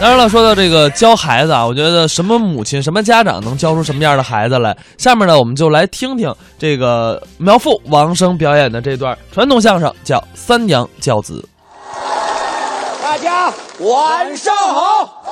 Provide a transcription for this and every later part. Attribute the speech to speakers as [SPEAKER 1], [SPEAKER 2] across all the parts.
[SPEAKER 1] 当然了，说到这个教孩子啊，我觉得什么母亲、什么家长能教出什么样的孩子来？下面呢，我们就来听听这个苗阜、王声表演的这段传统相声，叫《三娘教子
[SPEAKER 2] 大家
[SPEAKER 3] 晚上好，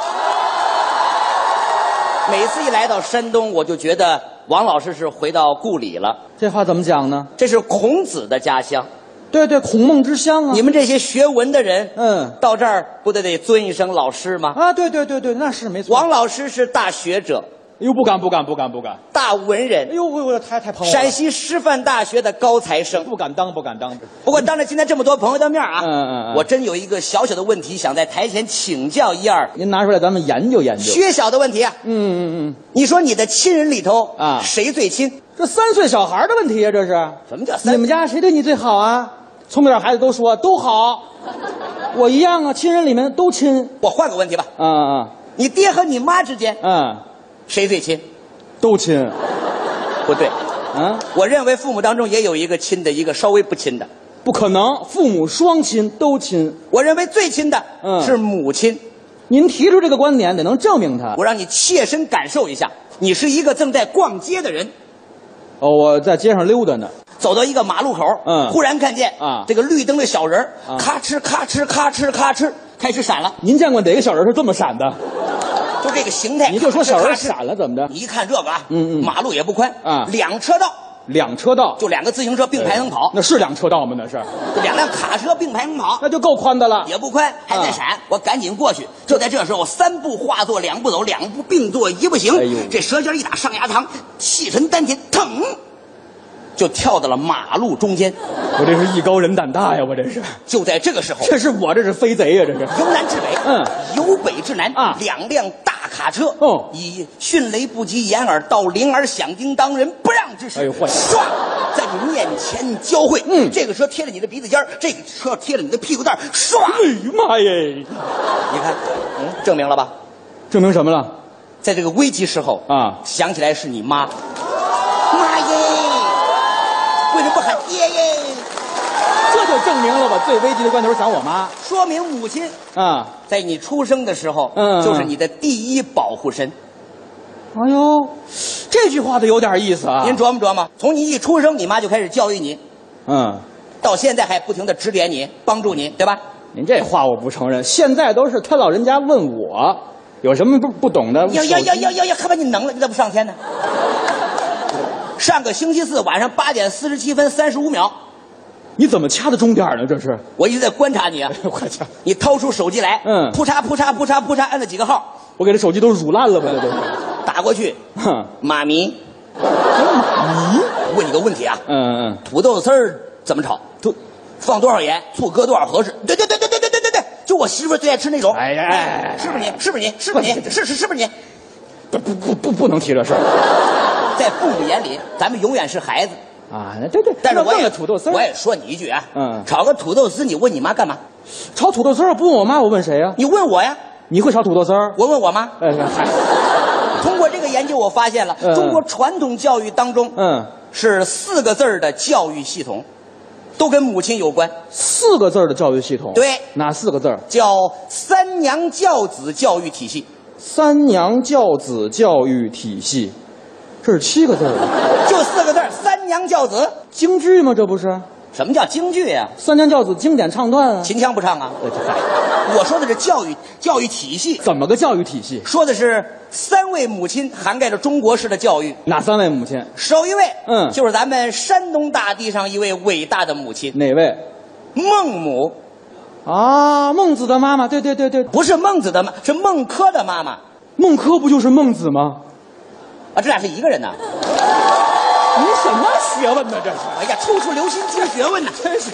[SPEAKER 2] 每次一来到山东，我就觉得王老师是回到故里了，
[SPEAKER 3] 这话怎么讲呢？
[SPEAKER 2] 这是孔子的家乡。
[SPEAKER 3] 对对，孔孟之乡啊！
[SPEAKER 2] 你们这些学文的人，
[SPEAKER 3] 嗯
[SPEAKER 2] 到这儿不得得尊一声老师吗？
[SPEAKER 3] 啊，对对对对，那是没错。
[SPEAKER 2] 王老师是大学者、
[SPEAKER 3] 哎呦，不敢不敢不敢不敢！
[SPEAKER 2] 大文
[SPEAKER 3] 哎
[SPEAKER 2] 人，
[SPEAKER 3] 呦，我我太太捧我了
[SPEAKER 2] 陕西师范大学的高材生。
[SPEAKER 3] 不敢当不敢当。
[SPEAKER 2] 不过当着今天这么多朋友的面啊，
[SPEAKER 3] 嗯嗯嗯
[SPEAKER 2] 我真有一个小小的问题想在台前请教一二，
[SPEAKER 3] 您拿出来，咱们研究研究。
[SPEAKER 2] 薛晓的问题啊。
[SPEAKER 3] 嗯嗯嗯，
[SPEAKER 2] 你说你的亲人里头
[SPEAKER 3] 啊
[SPEAKER 2] 谁最亲？
[SPEAKER 3] 这三岁小孩的问题啊，这是
[SPEAKER 2] 什么叫三
[SPEAKER 3] 你们家谁对你最好啊？聪明点孩子都说都好，我一样啊，亲人里面都亲。
[SPEAKER 2] 我换个问题吧，
[SPEAKER 3] 啊啊
[SPEAKER 2] 你爹和你妈之间
[SPEAKER 3] 嗯，
[SPEAKER 2] 谁最亲？
[SPEAKER 3] 都亲。
[SPEAKER 2] 不对，
[SPEAKER 3] 啊，
[SPEAKER 2] 我认为父母当中也有一个亲的，一个稍微不亲的。
[SPEAKER 3] 不可能，父母双亲都亲。
[SPEAKER 2] 我认为最亲的
[SPEAKER 3] 嗯
[SPEAKER 2] 是母亲。
[SPEAKER 3] 您提出这个观点，得能证明它。
[SPEAKER 2] 我让你切身感受一下，你是一个正在逛街的人，
[SPEAKER 3] 哦，我在街上溜达呢。
[SPEAKER 2] 走到一个马路口，
[SPEAKER 3] 嗯
[SPEAKER 2] 忽然看见
[SPEAKER 3] 啊
[SPEAKER 2] 这个绿灯的小人儿
[SPEAKER 3] 啊
[SPEAKER 2] 咔哧咔哧咔哧咔哧开始闪了，
[SPEAKER 3] 您见过哪个小人是这么闪的？
[SPEAKER 2] 就这个形态。
[SPEAKER 3] 你就说小人
[SPEAKER 2] 咔哧咔哧
[SPEAKER 3] 闪了怎么着
[SPEAKER 2] 你一看这个啊，
[SPEAKER 3] 嗯嗯
[SPEAKER 2] 马路也不宽
[SPEAKER 3] 啊
[SPEAKER 2] 两车道
[SPEAKER 3] 两车道
[SPEAKER 2] 就两个自行车并排能跑，
[SPEAKER 3] 那是两车道吗？那是，
[SPEAKER 2] 两辆卡车并排能跑，
[SPEAKER 3] 那就够宽的了。
[SPEAKER 2] 也不宽，还在闪。
[SPEAKER 3] 啊
[SPEAKER 2] 我赶紧过去，就在这时候，我三步化作两步走，两步并作一步行。
[SPEAKER 3] 哎呦
[SPEAKER 2] 这舌尖一打上牙膛，气沉丹田，腾，就跳到了马路中间。
[SPEAKER 3] 我这是艺高人胆大呀，我这是，
[SPEAKER 2] 就在这个时候，
[SPEAKER 3] 这是我这是飞贼呀，这是。
[SPEAKER 2] 由南至北，
[SPEAKER 3] 嗯，
[SPEAKER 2] 由北至南
[SPEAKER 3] 啊
[SPEAKER 2] 两辆大卡车，
[SPEAKER 3] 哦
[SPEAKER 2] 以迅雷不及掩耳盗铃而响叮当，人不让之势，
[SPEAKER 3] 哎呦坏了
[SPEAKER 2] 唰，在你面前交汇，
[SPEAKER 3] 嗯
[SPEAKER 2] 这个车贴着你的鼻子尖儿这个车贴着你的屁股蛋儿唰，
[SPEAKER 3] 哎呦妈耶！
[SPEAKER 2] 你看，嗯，证明了吧？
[SPEAKER 3] 证明什么了？
[SPEAKER 2] 在这个危急时候
[SPEAKER 3] 啊
[SPEAKER 2] 想起来是你妈，妈耶，为什么不喊爹耶？
[SPEAKER 3] 这就证明了吧，最危急的关头想我妈
[SPEAKER 2] 说明母亲
[SPEAKER 3] 啊！
[SPEAKER 2] 在你出生的时候，
[SPEAKER 3] 嗯
[SPEAKER 2] 就是你的第一保护神。
[SPEAKER 3] 哎呦，这句话的有点意思啊。
[SPEAKER 2] 您琢磨琢磨，从你一出生，你妈就开始教育你，
[SPEAKER 3] 嗯，
[SPEAKER 2] 到现在还不停的指点你、帮助你，对吧？
[SPEAKER 3] 您这话我不承认。现在都是他老人家问我，有什么不不懂的？
[SPEAKER 2] 要要要要要要，看把你能了，你咋不上天呢？ 上个星期四晚上八点四十七分三十五秒，
[SPEAKER 3] 你怎么掐的终点呢？这是，
[SPEAKER 2] 我一直在观察你啊，
[SPEAKER 3] 我掐，
[SPEAKER 2] 你掏出手机来，
[SPEAKER 3] 嗯
[SPEAKER 2] 扑嚓扑嚓扑嚓扑嚓，按了几个号，
[SPEAKER 3] 我给这手机都乳烂了吧？这都是。
[SPEAKER 2] 打过去，
[SPEAKER 3] 哼，
[SPEAKER 2] 妈咪，问你个问题啊，
[SPEAKER 3] 嗯嗯，
[SPEAKER 2] 土豆丝儿怎么炒？
[SPEAKER 3] 都，
[SPEAKER 2] 放多少盐？醋搁多少合适？对对对对对对对对对，就我媳妇儿最爱吃那种。
[SPEAKER 3] 哎呀哎
[SPEAKER 2] 是不是你？是不是你？是不是你？是是是不是你？
[SPEAKER 3] 不不不不不能提这事儿
[SPEAKER 2] 在父母眼里，咱们永远是孩子。
[SPEAKER 3] 啊！那对对，
[SPEAKER 2] 但是
[SPEAKER 3] 那
[SPEAKER 2] 我
[SPEAKER 3] 问
[SPEAKER 2] 也
[SPEAKER 3] 了土豆丝儿
[SPEAKER 2] 我也说你一句啊，
[SPEAKER 3] 嗯
[SPEAKER 2] 炒个土豆丝，你问你妈干嘛？
[SPEAKER 3] 炒土豆丝儿，不问我妈，我问谁呀、啊
[SPEAKER 2] 你问我呀，
[SPEAKER 3] 你会炒土豆丝儿？
[SPEAKER 2] 我问我妈。
[SPEAKER 3] 哎 嗨，
[SPEAKER 2] 通过这个研究，我发现了
[SPEAKER 3] 嗯
[SPEAKER 2] 中国传统教育当中
[SPEAKER 3] 嗯，
[SPEAKER 2] 是四个字儿的教育系统，都跟母亲有关，
[SPEAKER 3] 四个字儿的教育系统，
[SPEAKER 2] 对
[SPEAKER 3] 哪四个字儿？
[SPEAKER 2] 叫三娘教子教育体系。
[SPEAKER 3] 三娘教子教育体系，这是七个字儿的，
[SPEAKER 2] 就四个字儿三娘教子。
[SPEAKER 3] 京剧吗？这不是
[SPEAKER 2] 什么叫京剧呀、
[SPEAKER 3] 三娘教子经典唱段啊？
[SPEAKER 2] 秦腔不唱啊？
[SPEAKER 3] 哎嗨，
[SPEAKER 2] 我说的是教育教育体系，
[SPEAKER 3] 怎么个教育体系？
[SPEAKER 2] 说的是三位母亲涵盖了中国式的教育。
[SPEAKER 3] 哪三位母亲？
[SPEAKER 2] 首一位，
[SPEAKER 3] 嗯
[SPEAKER 2] 就是咱们山东大地上一位伟大的母亲
[SPEAKER 3] 哪位？
[SPEAKER 2] 孟母，
[SPEAKER 3] 啊，孟子的妈妈，对对对对，
[SPEAKER 2] 不是孟子的妈，是孟轲的妈妈
[SPEAKER 3] 孟轲不就是孟子吗？
[SPEAKER 2] 啊，这俩是一个人呐。
[SPEAKER 3] 您什么学问呢？这是，
[SPEAKER 2] 哎呀，处处留心精学问呐。
[SPEAKER 3] 真是。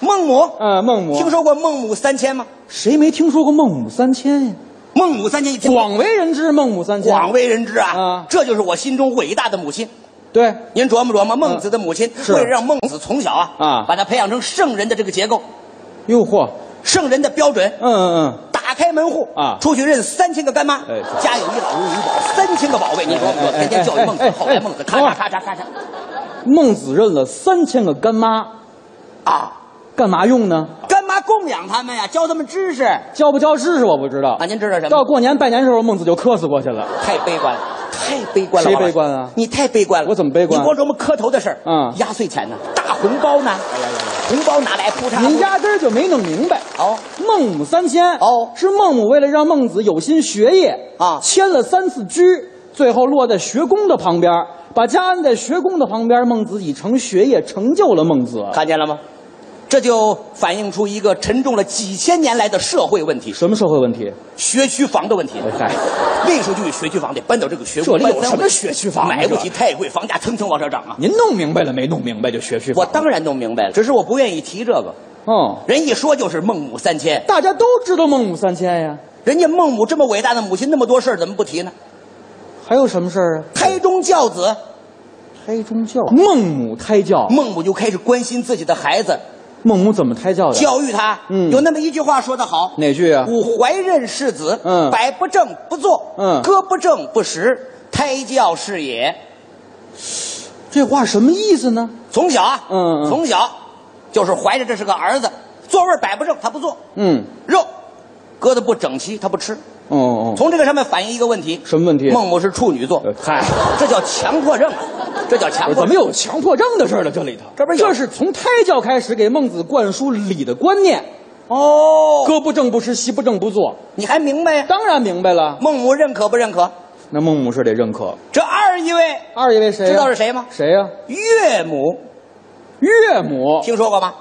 [SPEAKER 2] 孟母，
[SPEAKER 3] 呃，孟母，
[SPEAKER 2] 听说过孟母三迁吗？
[SPEAKER 3] 谁没听说过孟母三迁呀？
[SPEAKER 2] 孟母三迁一听，
[SPEAKER 3] 广为人知，孟母三迁。
[SPEAKER 2] 广为人知啊，
[SPEAKER 3] 啊
[SPEAKER 2] 这就是我心中伟大的母亲。
[SPEAKER 3] 对，
[SPEAKER 2] 您琢磨琢磨，孟子的母亲、
[SPEAKER 3] 嗯是
[SPEAKER 2] 为了让孟子从小啊
[SPEAKER 3] 啊
[SPEAKER 2] 把他培养成圣人的这个结构，
[SPEAKER 3] 诱惑，
[SPEAKER 2] 圣人的标准，
[SPEAKER 3] 嗯嗯
[SPEAKER 2] 打开门户
[SPEAKER 3] 啊
[SPEAKER 2] 出去认三千个干妈，
[SPEAKER 3] 哎是
[SPEAKER 2] 家有一老如有一宝，三千个宝贝。您琢磨琢磨，
[SPEAKER 3] 哎哎
[SPEAKER 2] 天天教育孟子，
[SPEAKER 3] 哎哎哎
[SPEAKER 2] 后来孟子咔
[SPEAKER 3] 等
[SPEAKER 2] 嚓
[SPEAKER 3] 会
[SPEAKER 2] 咔
[SPEAKER 3] 儿
[SPEAKER 2] 嚓咔嚓
[SPEAKER 3] 嗯，孟子认了三千个干妈，
[SPEAKER 2] 啊，
[SPEAKER 3] 干嘛用呢？
[SPEAKER 2] 干妈供养他们呀，教他们知识啊。
[SPEAKER 3] 教不教知识我不知道。
[SPEAKER 2] 您知道什
[SPEAKER 3] 到
[SPEAKER 2] 么？
[SPEAKER 3] 过年拜年时候，孟子就磕死过去了。
[SPEAKER 2] 太悲观了，太悲观了。王
[SPEAKER 3] 谁
[SPEAKER 2] 老
[SPEAKER 3] 悲
[SPEAKER 2] 师
[SPEAKER 3] 观啊
[SPEAKER 2] 你太悲观了。
[SPEAKER 3] 我怎么悲观啊
[SPEAKER 2] 你光琢磨磕头的事儿，
[SPEAKER 3] 嗯哎
[SPEAKER 2] 压岁钱呢，大红包呢，红包拿来铺嚓。
[SPEAKER 3] 您压根儿就没弄明白。
[SPEAKER 2] 哦，
[SPEAKER 3] 孟母三迁
[SPEAKER 2] 哦
[SPEAKER 3] 是孟母为了让孟子有心学业
[SPEAKER 2] 啊
[SPEAKER 3] 迁了三次居，最后落在学宫的旁边，把家安在学宫的旁边。孟子以成学业成就了孟子。
[SPEAKER 2] 看见了吗？这就反映出一个沉重了几千年来的社会问题
[SPEAKER 3] 什么社会问
[SPEAKER 2] ——
[SPEAKER 3] 题？哎
[SPEAKER 2] 学区房的问题。
[SPEAKER 3] 嗨，
[SPEAKER 2] 为什么就哎有学区房得搬到这个学
[SPEAKER 3] 这
[SPEAKER 2] 宫？
[SPEAKER 3] 里
[SPEAKER 2] 搬
[SPEAKER 3] 有
[SPEAKER 2] 到
[SPEAKER 3] 什么学区房啊
[SPEAKER 2] 买不
[SPEAKER 3] 这
[SPEAKER 2] 起太贵，房价蹭蹭往上涨啊！
[SPEAKER 3] 您弄明白了没？弄明白就学区
[SPEAKER 2] 我
[SPEAKER 3] 房。
[SPEAKER 2] 当然弄明白了，只是我不愿意提这个。
[SPEAKER 3] 嗯，
[SPEAKER 2] 人一说就是孟母三迁，
[SPEAKER 3] 大家都知道孟母三迁呀，
[SPEAKER 2] 人家孟母这么伟大的母亲，那么多事儿怎么不提呢？
[SPEAKER 3] 还有什么事儿啊？
[SPEAKER 2] 胎中教子，
[SPEAKER 3] 胎中教，孟母胎教，
[SPEAKER 2] 孟母就开始关心自己的孩子，
[SPEAKER 3] 孟母怎么胎教的？
[SPEAKER 2] 教育他。
[SPEAKER 3] 嗯
[SPEAKER 2] 有那么一句话说得好，
[SPEAKER 3] 哪句啊？
[SPEAKER 2] 吾怀任世子，
[SPEAKER 3] 嗯
[SPEAKER 2] 百不正不作，
[SPEAKER 3] 嗯
[SPEAKER 2] 歌不正不食，胎教是也。
[SPEAKER 3] 这话什么意思呢？
[SPEAKER 2] 从小啊，
[SPEAKER 3] 嗯嗯
[SPEAKER 2] 从小就是怀着这是个儿子，座位摆不正他不坐，
[SPEAKER 3] 嗯，
[SPEAKER 2] 肉搁的不整齐他不吃。
[SPEAKER 3] 哦哦，
[SPEAKER 2] 从这个上面反映一个问题，
[SPEAKER 3] 什么问题啊
[SPEAKER 2] 孟母是处女座
[SPEAKER 3] 呃，嗨，
[SPEAKER 2] 这叫强迫症，啊这叫强
[SPEAKER 3] 不
[SPEAKER 2] 迫症。
[SPEAKER 3] 是怎么有强迫症的事儿了？这里头，
[SPEAKER 2] 这不是有
[SPEAKER 3] 这是从胎教开始给孟子灌输礼的观念，
[SPEAKER 2] 哦，
[SPEAKER 3] 歌不正不吃，席不正不坐。
[SPEAKER 2] 你还明白呀？
[SPEAKER 3] 当然明白了，
[SPEAKER 2] 孟母认可不认可？
[SPEAKER 3] 那孟母是得认可。
[SPEAKER 2] 这二一位
[SPEAKER 3] 二一位哎谁呀、啊
[SPEAKER 2] 知道是谁吗？
[SPEAKER 3] 谁呀、
[SPEAKER 2] 岳母，
[SPEAKER 3] 岳母，
[SPEAKER 2] 听说过吗？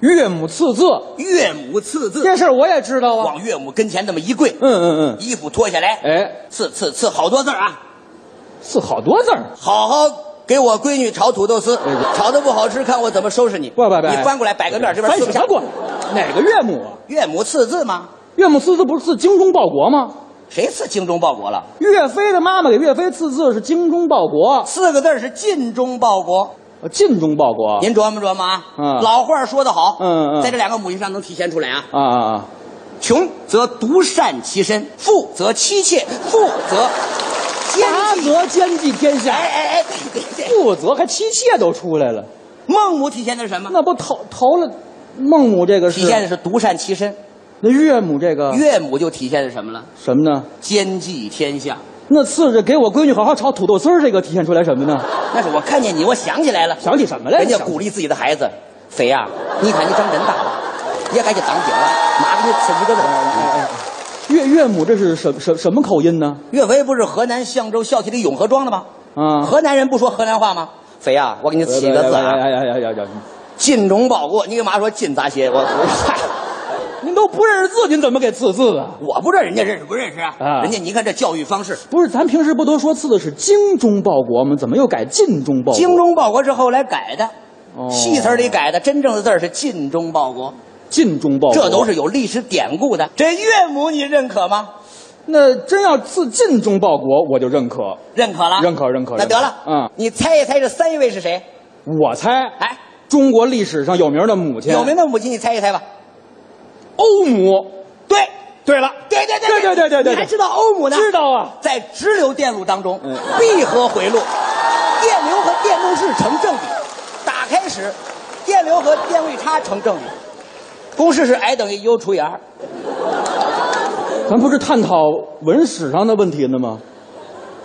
[SPEAKER 3] 岳母刺字，
[SPEAKER 2] 岳母刺字，
[SPEAKER 3] 这事儿我也知道啊。
[SPEAKER 2] 往岳母跟前那么一跪，
[SPEAKER 3] 嗯嗯嗯，
[SPEAKER 2] 衣服脱下来，
[SPEAKER 3] 哎，
[SPEAKER 2] 刺刺刺好多字儿啊！
[SPEAKER 3] 字好多字儿，
[SPEAKER 2] 好好给我闺女炒土豆丝
[SPEAKER 3] 哎呀，
[SPEAKER 2] 炒的不好吃，看我怎么收拾你！
[SPEAKER 3] 不不不，
[SPEAKER 2] 你翻过来摆个面，这边
[SPEAKER 3] 翻
[SPEAKER 2] 四不
[SPEAKER 3] 什
[SPEAKER 2] 下
[SPEAKER 3] 么。过来？哪个岳母啊？
[SPEAKER 2] 岳母刺字吗？
[SPEAKER 3] 岳母刺字不是刺精忠报国吗？
[SPEAKER 2] 谁刺精忠报国了？
[SPEAKER 3] 岳飞的妈妈给岳飞刺字是精忠报国，
[SPEAKER 2] 四个字儿是尽忠报国。
[SPEAKER 3] 呃尽忠报国。
[SPEAKER 2] 您琢磨琢磨啊，
[SPEAKER 3] 嗯
[SPEAKER 2] 老话说得好，
[SPEAKER 3] 嗯嗯
[SPEAKER 2] 在这两个母亲上能体现出来啊。
[SPEAKER 3] 啊啊啊！
[SPEAKER 2] 穷则独善其身，富则妻妾，富则
[SPEAKER 3] 家
[SPEAKER 2] 奸计。
[SPEAKER 3] 则兼济天
[SPEAKER 2] 哎
[SPEAKER 3] 下，
[SPEAKER 2] 哎哎，对对对，
[SPEAKER 3] 父则还妻妾都出来了，
[SPEAKER 2] 孟母体现的是什么？
[SPEAKER 3] 那不投投了孟母这个
[SPEAKER 2] 体现
[SPEAKER 3] 是，
[SPEAKER 2] 的是独善其身。
[SPEAKER 3] 那岳母这个
[SPEAKER 2] 岳母就体现的是什么了？
[SPEAKER 3] 什么呢？
[SPEAKER 2] 奸计天下。
[SPEAKER 3] 那次着给我闺女好好炒土豆丝儿，这个体现出来什么呢？
[SPEAKER 2] 那是我看见你，我想起来了，
[SPEAKER 3] 想起什么来了？
[SPEAKER 2] 人家鼓励自己的孩子，肥呀、你看你长真大了，也该去当爹了，啊马上就吃几个字呃儿。
[SPEAKER 3] 岳岳母这是什什什么口音呢？
[SPEAKER 2] 岳飞不是河南象州校区的永和庄的吗？
[SPEAKER 3] 啊，
[SPEAKER 2] 河南人不说河南话吗？肥呀、我给你起个字啊，
[SPEAKER 3] 哎呀呀呀呀！
[SPEAKER 2] 尽忠报国。你干嘛说尽杂些？我我嗨，
[SPEAKER 3] 您都不认识字，您怎么给刺字啊？
[SPEAKER 2] 我不知道人家认识不认识啊？
[SPEAKER 3] 啊哦
[SPEAKER 2] 人家你看这教育方式，
[SPEAKER 3] 不是，咱平时不都说刺的是精忠报国吗？怎么又改尽忠报国？
[SPEAKER 2] 精忠报国是后来改的，
[SPEAKER 3] 哦
[SPEAKER 2] 戏词儿里改的，真正的字儿是尽忠报国，
[SPEAKER 3] 尽忠报国，
[SPEAKER 2] 这都是有历史典故的。这岳母你认可吗？
[SPEAKER 3] 那真要自尽忠报国，我就认可。
[SPEAKER 2] 认可了，
[SPEAKER 3] 认可认可
[SPEAKER 2] 那得
[SPEAKER 3] 认可
[SPEAKER 2] 了，
[SPEAKER 3] 嗯
[SPEAKER 2] 你猜一猜这三位是谁？
[SPEAKER 3] 我猜，
[SPEAKER 2] 哎，
[SPEAKER 3] 中国历史上有名的母亲，
[SPEAKER 2] 有名的母亲，你猜一猜吧。
[SPEAKER 3] 欧姆。
[SPEAKER 2] 对，
[SPEAKER 3] 对了，
[SPEAKER 2] 对对对
[SPEAKER 3] 对对对对对
[SPEAKER 2] 你还知道欧姆呢？
[SPEAKER 3] 知道啊，
[SPEAKER 2] 在直流电路当中
[SPEAKER 3] 嗯，
[SPEAKER 2] 闭合回路，电流和电路是成正比，打开时，电流和电位差成正比。公式是 I 等于 U 除以 R，
[SPEAKER 3] 咱不是探讨文史上的问题呢吗？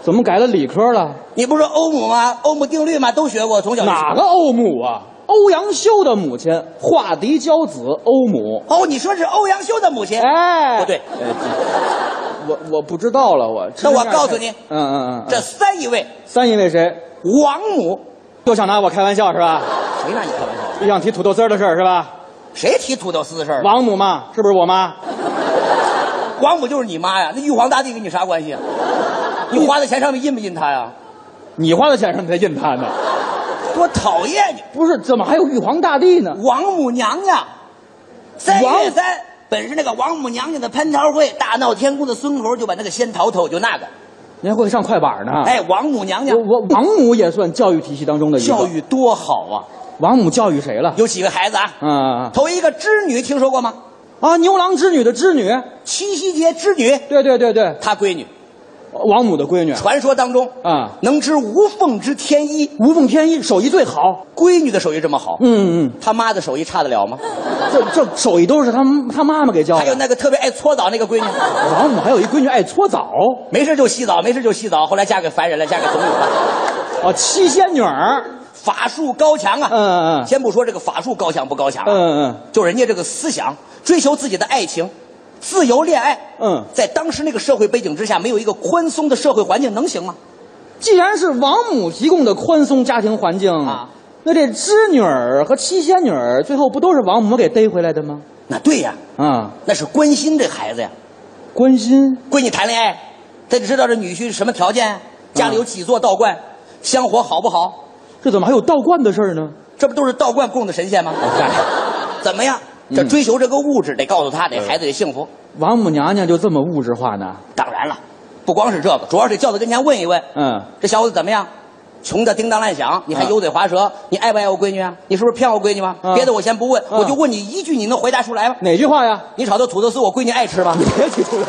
[SPEAKER 3] 怎么改了理科了？
[SPEAKER 2] 你不是说欧姆吗？欧姆定律吗？都学过，从小就学
[SPEAKER 3] 哪个欧姆啊？欧阳修的母亲化迪娇子欧姆。
[SPEAKER 2] 哦，你说是欧阳修的母亲？
[SPEAKER 3] 哎，
[SPEAKER 2] 不对
[SPEAKER 3] 哎，呃我我不知道了，我
[SPEAKER 2] 那我告诉你
[SPEAKER 3] 嗯嗯嗯，
[SPEAKER 2] 这三一位，
[SPEAKER 3] 三因为谁？
[SPEAKER 2] 王母，
[SPEAKER 3] 又想拿我开玩笑是吧？
[SPEAKER 2] 谁让你开玩笑？
[SPEAKER 3] 又想提土豆丝儿的事儿是吧？
[SPEAKER 2] 谁提土豆丝的事儿？
[SPEAKER 3] 王母嘛，是不是我妈？
[SPEAKER 2] 王母就是你妈呀，那玉皇大帝跟你啥 关系啊？你花的钱上面印不印他呀？
[SPEAKER 3] 你花的钱让你才印他呢。
[SPEAKER 2] 多讨厌你！
[SPEAKER 3] 不是，怎么还有玉皇大帝呢？
[SPEAKER 2] 王母娘娘，三
[SPEAKER 3] 王
[SPEAKER 2] 月三，本是那个王母娘娘的蟠桃会，大闹天宫的孙猴就把那个仙桃偷，就那个，
[SPEAKER 3] 您还会上快板呢？
[SPEAKER 2] 哎，王母娘娘
[SPEAKER 3] 啊我，我王母也算教育体系当中的一个。
[SPEAKER 2] 教育多好啊！
[SPEAKER 3] 王母教育谁了？
[SPEAKER 2] 有几个孩子啊？
[SPEAKER 3] 啊
[SPEAKER 2] 头一个织女听说过吗？
[SPEAKER 3] 啊！牛郎织女的织女，
[SPEAKER 2] 七夕节织女，
[SPEAKER 3] 对对对对，
[SPEAKER 2] 她闺女，
[SPEAKER 3] 王母的闺女
[SPEAKER 2] 传说当中
[SPEAKER 3] 啊
[SPEAKER 2] 能知无缝之天衣，
[SPEAKER 3] 无缝天衣，手艺最好。
[SPEAKER 2] 闺女的手艺这么好，
[SPEAKER 3] 嗯嗯，
[SPEAKER 2] 他妈的手艺差得了吗？
[SPEAKER 3] 这这手艺都是他他妈妈给教的。
[SPEAKER 2] 还有那个特别爱搓澡那个闺女，
[SPEAKER 3] 王母还有一闺女爱搓澡，
[SPEAKER 2] 没事就洗澡，没事就洗澡，后来嫁给凡人了，嫁给总理了，
[SPEAKER 3] 哦，七仙女儿。
[SPEAKER 2] 法术高强啊！
[SPEAKER 3] 嗯嗯
[SPEAKER 2] 先不说这个法术高强不高强啊，
[SPEAKER 3] 嗯
[SPEAKER 2] 就人家这个思想追求自己的爱情，自由恋爱，
[SPEAKER 3] 嗯，
[SPEAKER 2] 在当时那个社会背景之下，没有一个宽松的社会环境能行吗？
[SPEAKER 3] 嗯，既然是王母提供的宽松家庭环境
[SPEAKER 2] 啊，
[SPEAKER 3] 那这织女儿和七仙女儿最后不都是王母给逮回来的吗？
[SPEAKER 2] 那对呀，
[SPEAKER 3] 啊，
[SPEAKER 2] 那是关心这孩子呀。
[SPEAKER 3] 关心
[SPEAKER 2] 闺女谈恋爱，她得知道这女婿什么条件，家
[SPEAKER 3] 嗯
[SPEAKER 2] 里有几座道观，香火好不好？
[SPEAKER 3] 这怎么还有道观的事儿呢？
[SPEAKER 2] 这不都是道观供的神仙吗？
[SPEAKER 3] 哦啊
[SPEAKER 2] 怎么样？
[SPEAKER 3] 嗯
[SPEAKER 2] 这追求这个物质，得告诉他，得孩子得幸福。
[SPEAKER 3] 王母娘娘就这么物质化呢？
[SPEAKER 2] 当然了，不光是这个，主要是轿子跟前问一问，
[SPEAKER 3] 嗯，
[SPEAKER 2] 这小伙子怎么样？穷的叮当乱响，你还
[SPEAKER 3] 嗯
[SPEAKER 2] 油嘴滑舌，你爱不爱我闺女啊？你是不是骗我闺女吗？
[SPEAKER 3] 嗯
[SPEAKER 2] 别的我先不问，
[SPEAKER 3] 嗯
[SPEAKER 2] 我就问你一句，你能回答出来吗？
[SPEAKER 3] 哪句话呀？
[SPEAKER 2] 你炒的土豆丝，我闺女爱吃吗？
[SPEAKER 3] 别提出了。